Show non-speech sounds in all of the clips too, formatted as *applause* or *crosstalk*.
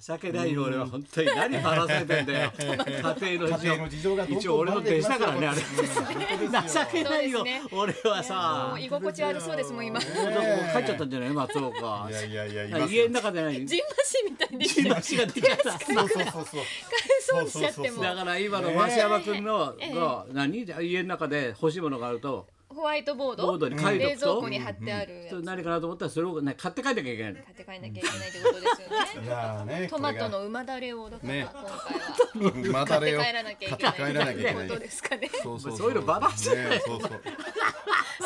鮭ないよ俺は本当に何話されてんだよ家庭の事家庭の事情が情どんどん一応俺の弟子だからねあれ情けないよ、そうですね俺はさもう *laughs* 居心地悪そうですもん今ジンもマう帰っちゃったんじゃない松岡いやいやいやいますよ家の中でないシンみたいに帰話が出ちゃったそうそうそうそうそうにしちゃってもだから今の増山君の、が何家の中で欲しいものがあるとホワイトボードボードに書い冷て蔵お庫くに貼ってあるやとつ何かなと思ったらそれを、ね、買って帰んなきゃいけないの買って帰んなきゃいけないってことですよ *laughs* いねやーねトマトこの馬だれをだからね今回はれがまた買っれてよ帰らなきゃいけない買って帰らなきゃいけないことですかねそうそうそういうのババアじゃねそうそう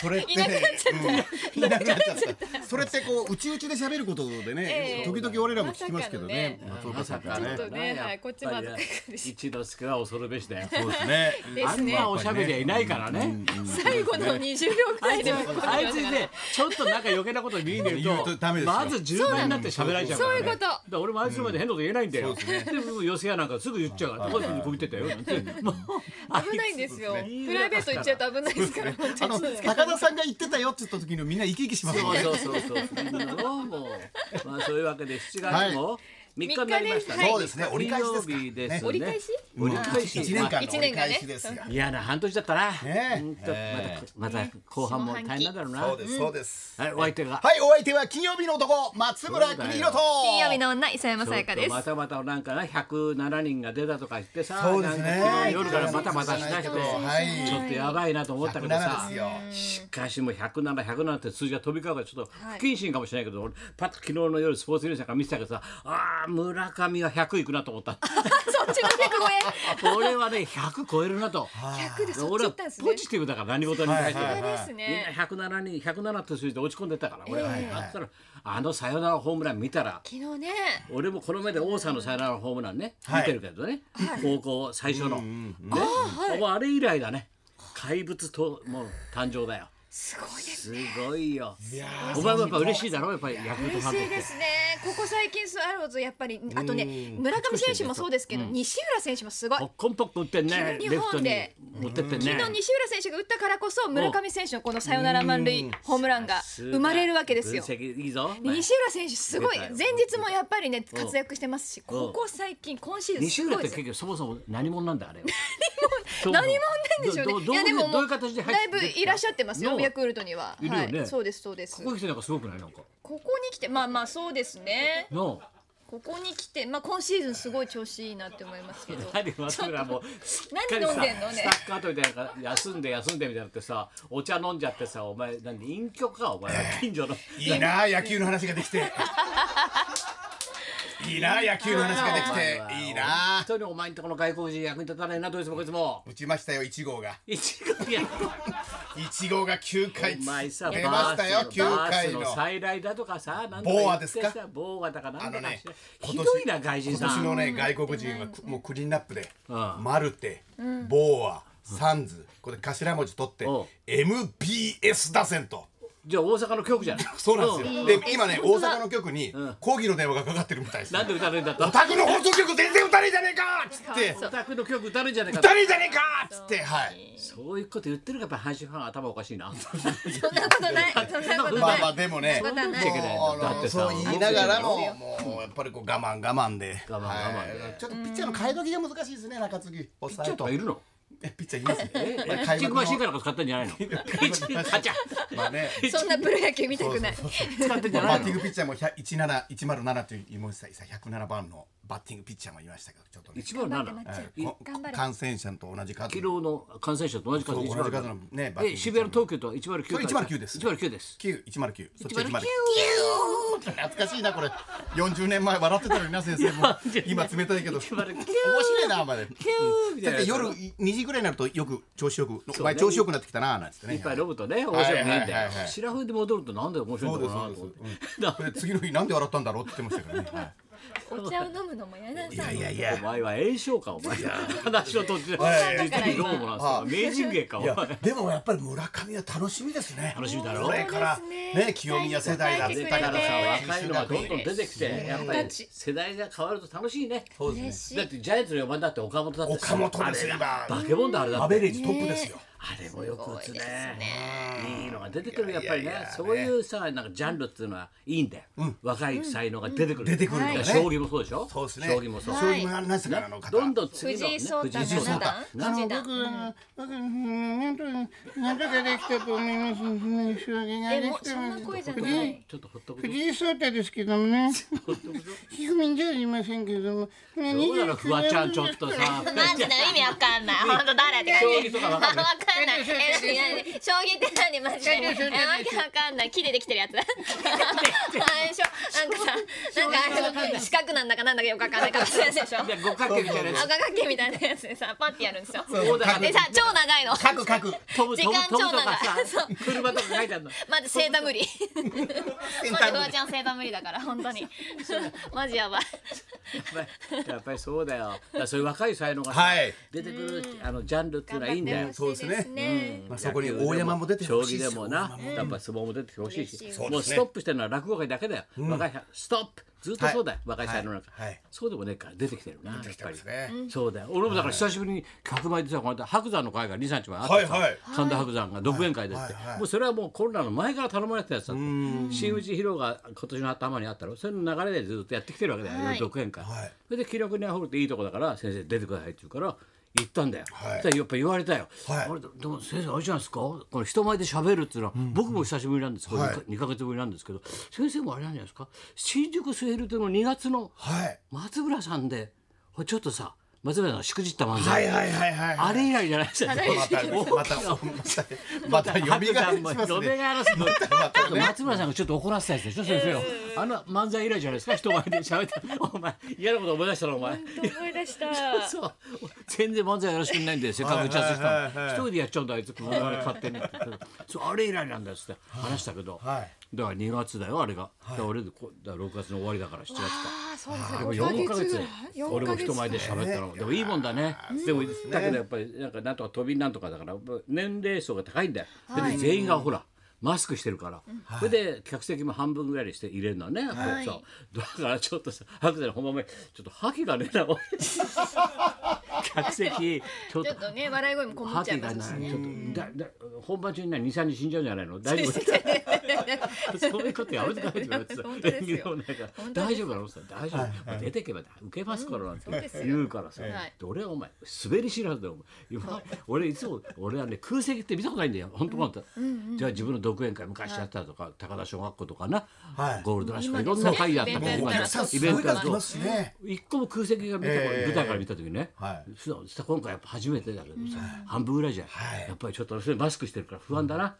それっていなくなっちゃうんいなくなっちゃったそれってこううちうちで喋ることでねええ時々俺らも聞きますけどね松岡さんからちょっねとねはいこっちも恥ずかしいです一之輔は恐るべしだよそうですねあんなおしゃべりはいないからね最後の20秒くあらいいつであいつねちょっとなんか余計なこと言いねる言うとダメとですよまず10倍になって喋られちゃうかそうらいねうこだかとら俺もあいつまで変なこと言えないんだよそうですでも寄せ屋なんかすぐ言っちゃうからこういうふうにこう言ってたよなんてもうあ危ないんですよあいつねプライベート行っちゃうと危ないですから本あ当のに高田さんが言ってたよって言った時のみんな生き生きしますよそうねそうそうそう。みんなのもう、まあそういうわけで7月も3日になりましたね。はいそうですね折り返しですか金曜日ですね折り返し折り返し。 *laughs* 一年間の一折年りがね返しですが嫌な半年だったな。ねえうんちょっとえまたまた後半も大変なんだろうな。そうですそうですはい、お相手が。はいお相手は金曜日の男松村邦弘と金曜日の女磯山さやかでちょっすとまたまたなんかな107人が出たとか言ってさ、そうですなんねか昨日夜からバタバタしだして、そうそうそうはいちょっとやばいなと思ったけど107さです。よしかしもう107、107って数字が飛び交うからちょっとはい不謹慎かもしれないけど、俺パッと昨日の夜スポーツニュースなんか見てたけどさ、ああ、村上は100いくなと思った。 *laughs* そっちのねごめ俺はね100超えるなと。ん100でそっち俺行はったんですねポジティブだから何事に対してはいはいそうですみんなね107に107って数字で落ち込んでたから俺は、えあったらあのサヨナラホームラン見たら昨日ね俺もこの目で王さんのサヨナラホームランね、はい見てるけどね、高校最初の、ねもうあれ以来だね怪物ともう誕生だよすごいですすごいよやお前もやっぱ嬉しいだろやっぱりヤクルトファン嬉しといしてですねここ最近スワローズやっぱりあとね村上選手もそうですけど西浦選手もすごいポッコンポッコン打ってんね昨日レフトに日本持ってってね昨日西浦選手が打ったからこそ村上選手のこのサヨナラ満塁ホームランが生まれるわけですよ分析いいぞで西浦選手すご出いた前よ日もやっぱりね活躍してますしうんここ最近今シーズン西す浦ごっていです結よ局そもそも何者なんだあれは *laughs* 何者なんでしょどどうねどういやでもどもういうう形で入だいってぶいらっしゃってますよのヤクルトには、いるよねはい、そうですそうですここ来てなんかすごくないなんかここに来てまあまあそうですねのここに来てまあ今シーズンすごい調子いいなって思いま *laughs* すけど何松村もうすっかり何飲んさでんのねスタッカートみたいなのが休んで休んでみたいになってさお茶飲んじゃってさお前何隠居かお前 *laughs* は近所のいいなあ野球の話ができ *laughs* ていいなあ野球の話ができていいなあ本当にお前んとこの外国人役に立たないなどいつもこいつも打ちましたよ1号が一軍 *laughs* や1号が9回お前さ出ましたよバースの9回バのースの再来だとかさなんとかボー言アってですかさボーアだかなんだあのかねしてひ今ど年いな外人今さ年んのね外国人はくもうクリーンナップで、うんマルテ、ボーア、サンズこれ頭文字取っておう MBS 打線とじゃあ大阪の局じゃない *laughs* そうなんですよ、で今ねえ大本当だ阪の局に抗議の電話がかかってるみたいです、なんで歌るんだったお宅の放送局全然打たねえじゃねえかっつってお宅の曲歌るんじゃないか打たねえじゃねえかっつってはいそういうこと言ってるからやっぱり阪神ファン頭おかしいな。そんなことないそんなことまなあい、まあでもねそんなことないいけないもうだってさそう言いながらももうやっぱりこう我慢我慢で我慢我慢ではいちょっとピッチャーの替え時が難しいですね中継ぎピッちょっといるの。えピッチャーいますね *laughs* え、ピこれッ開チング幕のマシンかなんか使ったんじゃないの。ピッチングマシンガチャまあねそんなプロ野球見たくない使ってんじゃなバいッティの。ングピッチャーも17107というもうさ107番のバッティングピッチャーもいましたけどちょっとね一番なの。昨はいこ頑張れ感染者と同じ数日の感染者と同じ数そう一同じ番数のねバッティングえ、渋谷の東急とは一丸九。それ109です一丸九です。 9109そっち109 109懐かしいなこれ40年前笑ってたのにな先生も *laughs* 今冷たいけど面白いなまでみただいなって夜2時ぐらいになるとよく調子よくお前ね調子よくなってきたななんつってねいっぱい飲むとね、面白くないんだはいはいよはいは。い白風で戻るとなんで面白いそんだうでろうすなそと思って。うですうんそれで次の日なんで笑ったんだろうって言ってましたからねはお茶を飲むのもやなさいいやいやいおや前は炎症かお前話の途中ではいはい実にどうもなんですか名人芸かおい前やでもやっぱり村上は楽しみですね楽しみだろこれからね清宮世代だっ期た待だかかららささ若いのがどんどん出てきてやっぱり世代が変わると楽しいねそうですね嬉しだっいてジャイアンツの4番だって岡本だってさ岡本ですあれ今バケモンだあれだアっベてレージトップですよあれもよく打つすごいですねいいのが出てくるやっぱりいやいやいねやそういうさなんかジャンルっていうのはいいんだよ若い才能が出てくる出てくるのねはい将棋もそうでしょそうですね。将棋もそう将棋もやりましたからあの方。どんどん次の藤ね井聡太藤井聡太七段あ藤の井僕は、段僕、なんとか、なんとかできたと思います。うん将棋がえでもきそたんなので声じゃないちょっとほっとくぞ藤井聡太ですけどもね。ほっとくぞひふみんじゃありませんけども。どうなのフワちゃんちょっとさマジで意味わかんない本当誰って感将じ棋とかわかわんかないんないえ何何将棋って何マジでえわけわかんない木でできてるやつあれでしょなんかさなんかあの四角なんだかなんだかよくわかんないかもしれないでしょいや五角形みたいなや赤掛けみたいなやつでさパッてやるんですよつこうだからでさ超長いの書く書く。飛ぶ飛ぶ時間飛ぶ超とか長いさ車とか書いてあるのまずセーター無理センまターずフのワちゃんセーター無理だから本当にマジやばいやっぱりそうだよだからそういう若い才能がさはい出てくるあのジャンルっていうのはいいんだよそうですねねまあそこに大山も出て将ほしい棋しでもな大、やっぱ相撲も出てほしいし、嬉しいそもうでうすスねトップしてるのは落語界だけだよ。若い人ストップずっとそうだよ、はい若い才能なんか、はいはいそうでもねえから出てきてるな、やっ出てきてぱまりす。ねそうだよ俺もだから久しぶりに客前でさこの間白山の会が23日前あってさ、はいはい神田白山が独演会でって、はいはいもうそれはもうコロナの前から頼まれてたやつだって新内博が今年の頭にあったろそれの流れでずっとやってきてるわけだよ、はい独演会、はいそれで「気力にあふれていいとこだから先生出てください」って言うから行ったんだよ、はそしいたらやっぱ言われたよ、はいあれでも先生あれじゃないですかこの人前で喋るっていうのは、僕も久しぶりなんですこれはい2か,、二ヶ月ぶりなんですけど先生もあれなんじゃないですか新宿スヘルテの2月のはい。松村さんでほらちょっとさ松村さんがしくじった漫は才、いはいはいはい。あれ以来じゃないですか。またまたまた呼白びがし山もます呼びね。返すのあと松村さんがちょっと怒らせたやつでしょ先生を、あの漫才以来じゃないですか人前で喋ってお前嫌なこと思い出したのお前思い出したそう全然漫才やらしくないんでせっかく打ち合わせしたの、はいはいはいはい一人でやっちゃうんだあいつこの前勝手にって言ってそうあれ以来なんだっつって話したけど、はいだから2月だよあれが、だから俺でこだから6月の終わりだから7月かあーそうですでも4ヶ月俺も人前でで喋ったのでもいいもんだねでもだけどやっぱりなんかなんとか飛びなんとかだから年齢層が高いんだよで全員がほらマスクしてるから、それで客席も半分ぐらいにして入れるのね、いこうさだからちょっとさ白山の本番前ちょっと覇気がねえな *laughs* おい客席ちょっちょとっとね笑い声もこもっ覇ちゃい気まがすしないねちょっとだだ本番中に23日死んじゃうんじゃない *laughs* の大丈夫 *laughs* そういうことやめてくれって言われてさ本当ですよ演技の中大丈夫なのさ大丈夫、出てけば受けますからなんて言うからさ、んそうですよで俺はお前滑り知らずだよお前今俺いつも俺はね空席って見たことないんだよ本当なんだ、じゃあ自分の独演会昔やったとか、高田小学校とかな、はいゴールドラッシュとかいろんな会やった今こですねこまでイベントやったらイベントやるとすごい数来ますしね。一個も空席が見たことええ舞台から見た時ね、はそうさ今回やっぱ初めてだけどさ、半分ぐらいじゃん、はいやっぱりちょっとそれマスクしてるから不安だな、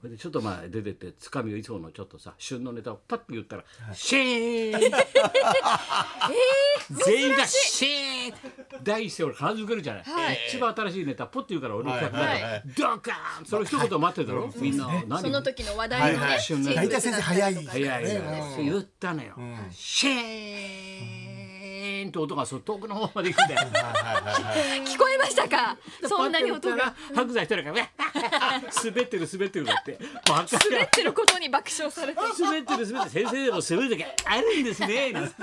それでちょっとまあ出てってつかみをいつものちょっとさ旬のネタをパッと言ったら「シーン! 」全員が「シーン!」第一声俺必ず受けるじゃない、はい一番新しいネタポッて言うから俺の客だからはいはいドカーン!」その一言待ってたろ、みんな何その時の話題はいのねはいチーズ大体先生早いとかいやいやねそう言ったのよ、シェーンと音がそう遠くの方まで行くんだよ聞こえましたか *laughs* そんなに音が白山一人がうわ滑ってる滑ってるだってバカ滑がってることに爆笑されて滑ってる滑ってる先生でも滑る時あるんですね *laughs* なんて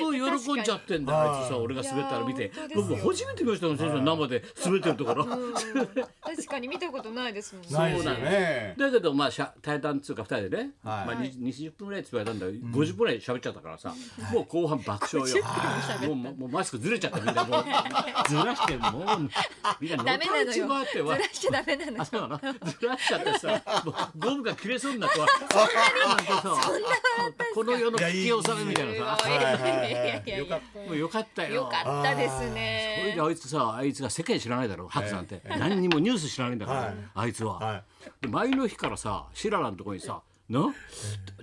もう喜んじゃってんだよあいつさ俺が滑ったら見ていやー本当です僕よ初めて見ましたの先生の生で滑ってるところ確かに見たことないですもんねないですよね。だけどまあしゃ対談っつうか二人でね、はいまあ、に20分ぐらいって言われたんだけど、50分ぐらい喋っちゃったからさ、もう後半爆笑よもうもうもうマスクずれちゃったみんなもうずらしてもうみんなのダメなたのうよちがあってずわらしちゃダメなのよそうなのずらしちゃってさもうゴムが切れそうになってわそんなにこの世の危機納めみたいなさすごいいやいやいやよかっもうよかったよよかったですそれねであいつさあいつが世間知らないだろ白さんって、何にもニュース知らないんだから、はいあいつは、はで前の日からさシララのとこにさ「な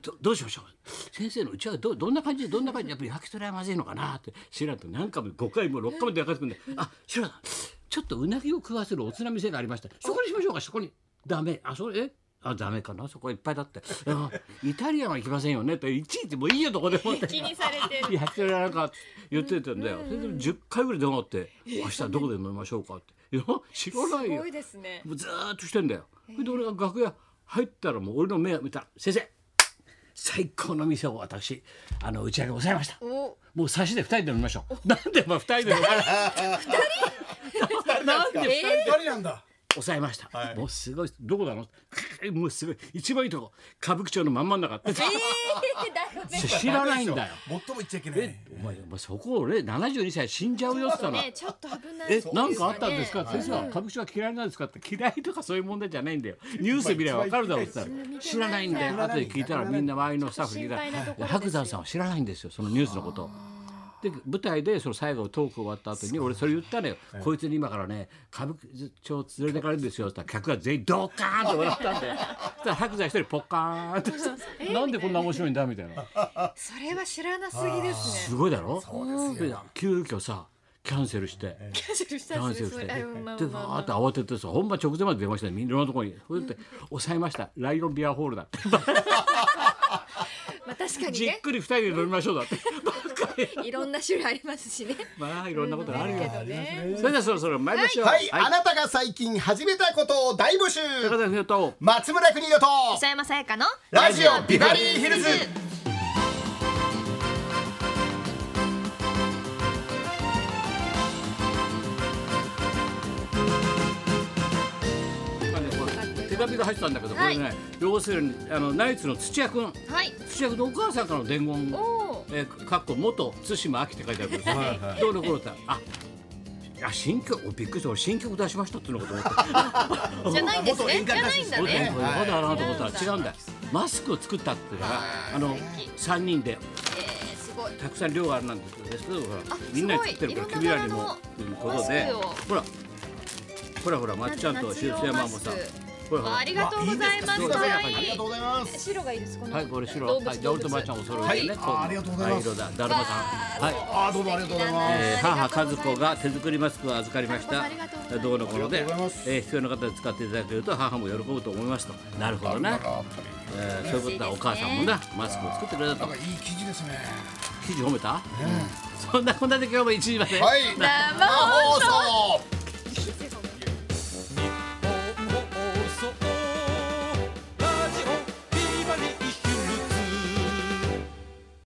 どどうしましょう先生のうちはどどんな感じでどんな感じでやっぱり焼き鳥はまずいのかな」ってシララと何回も5回も6回もで焼かせてくんで「あシララちょっとうなぎを食わせるおつな店がありましたそこにしましょうかそこに」「ダメあそれえあダメかなそこいっぱいだってあイタリアンは行きませんよね」っていちいちもういいよどこでもって気にされてる焼き鳥屋なんか言ってたんだよ。それで10回ぐらい電話あって、明日どこで飲みましょうかって。いや、知らないすよごい。ですねもうずーっとしてんだよ。それで俺が楽屋入ったらもう俺の目を見たら先生、最高の店を私、あの、打ち上げ抑えました。おもう差しで二人で飲みま *laughs* *laughs* しょう。なんでお前二人で飲まない。二人なんでえ誰なんだ。抑えました、はいもうすごいどこなの *laughs* カーもうすごい一番いいとこ歌舞伎町のまん真ん中って *laughs* 知らないんだよ。最も言っちゃいけない。お前お前そこ俺72歳死んじゃうよって言ったらね、ちょっと危ない。え、なんかあったんですか、ね先生は歌舞伎町は嫌いなんですかって、嫌いとかそういう問題じゃないんだよ。ニュース見ればわかるだろうって言ったら、知らないんだよ。後で聞いたら、みんな周りのスタッフに聞いた心配なところら、白ですよ山さんは知らないんですよ、そのニュースのことを。で舞台でその最後トーク終わった後に俺それ言ったのよ、こいつに今からね歌舞伎町連れてかれるんですよって言ったら客が全員ドカーンって笑ったんだよそしたら白山一人ポッカーンってしてなんでこんな面白いんだみたいなそれは知らなすぎですすね。ごいだろそうですよ。急遽さキャンセルして。キャンセルしたキャんンでセすルね。しそれて、で、あまあまあまああと慌ててさ、本番直前まで出ましたね、いろんなところに、それって、抑えました、ライオンビアホールだって。まあ確かにじっね、くり二人で飲みましょうだって。いろんな種類ありますしね。まあ、いろんなことがあるよ。ね。それでは、そろそろ参りましょう。はい、あなたが最近始めたことを大募集。高田文夫と。松村邦洋と磯山さやかのラジオビバリーヒルズ。今ねこれ手紙が入ってたんだけど、これね、要するに、あの、ナイツの土屋君。はい。土屋君のお母さんからの伝言。おえー、かっこ元対馬秋って書いてあるんですよはいは。いどうのこうのって、あ。あ新曲おびっくりした俺新曲出しましたっていうのかと思ってお。じゃないんですね。じ元ゃ演歌歌ない手んそだうだねよ。まだなと思ったら違うんだよマスクを作ったっていうからあの3人でえーすごい。たくさん量があるなんですけどほらあみんなに作ってるからすごい君らにもといういろんなこ柄のとでマスクをほらほらほらまっちゃんと夏しゅ用うやまマもスさクんほらほわああらりがとうございます。わ可あ愛いいですかありがいとうございます。白がいいです。この。はいこれ白動物はいじゃあ俺とまっちゃんお揃いでねはいこあありがとうございますはい色だだるまさんはいあーどうもありがとうございますえー母和子が手作りマスクを預かりましたありがとうございますどうのこうのでありがとうございま、すえー必要な方に使っていただけると母も喜ぶと思いますとなるほどな、えーそういうことだお母さんもなマスクを作ってくれたなんとかいい記事ですね。 *laughs* 記事褒めた、そんなこんなで今日も1時まで、はい。生放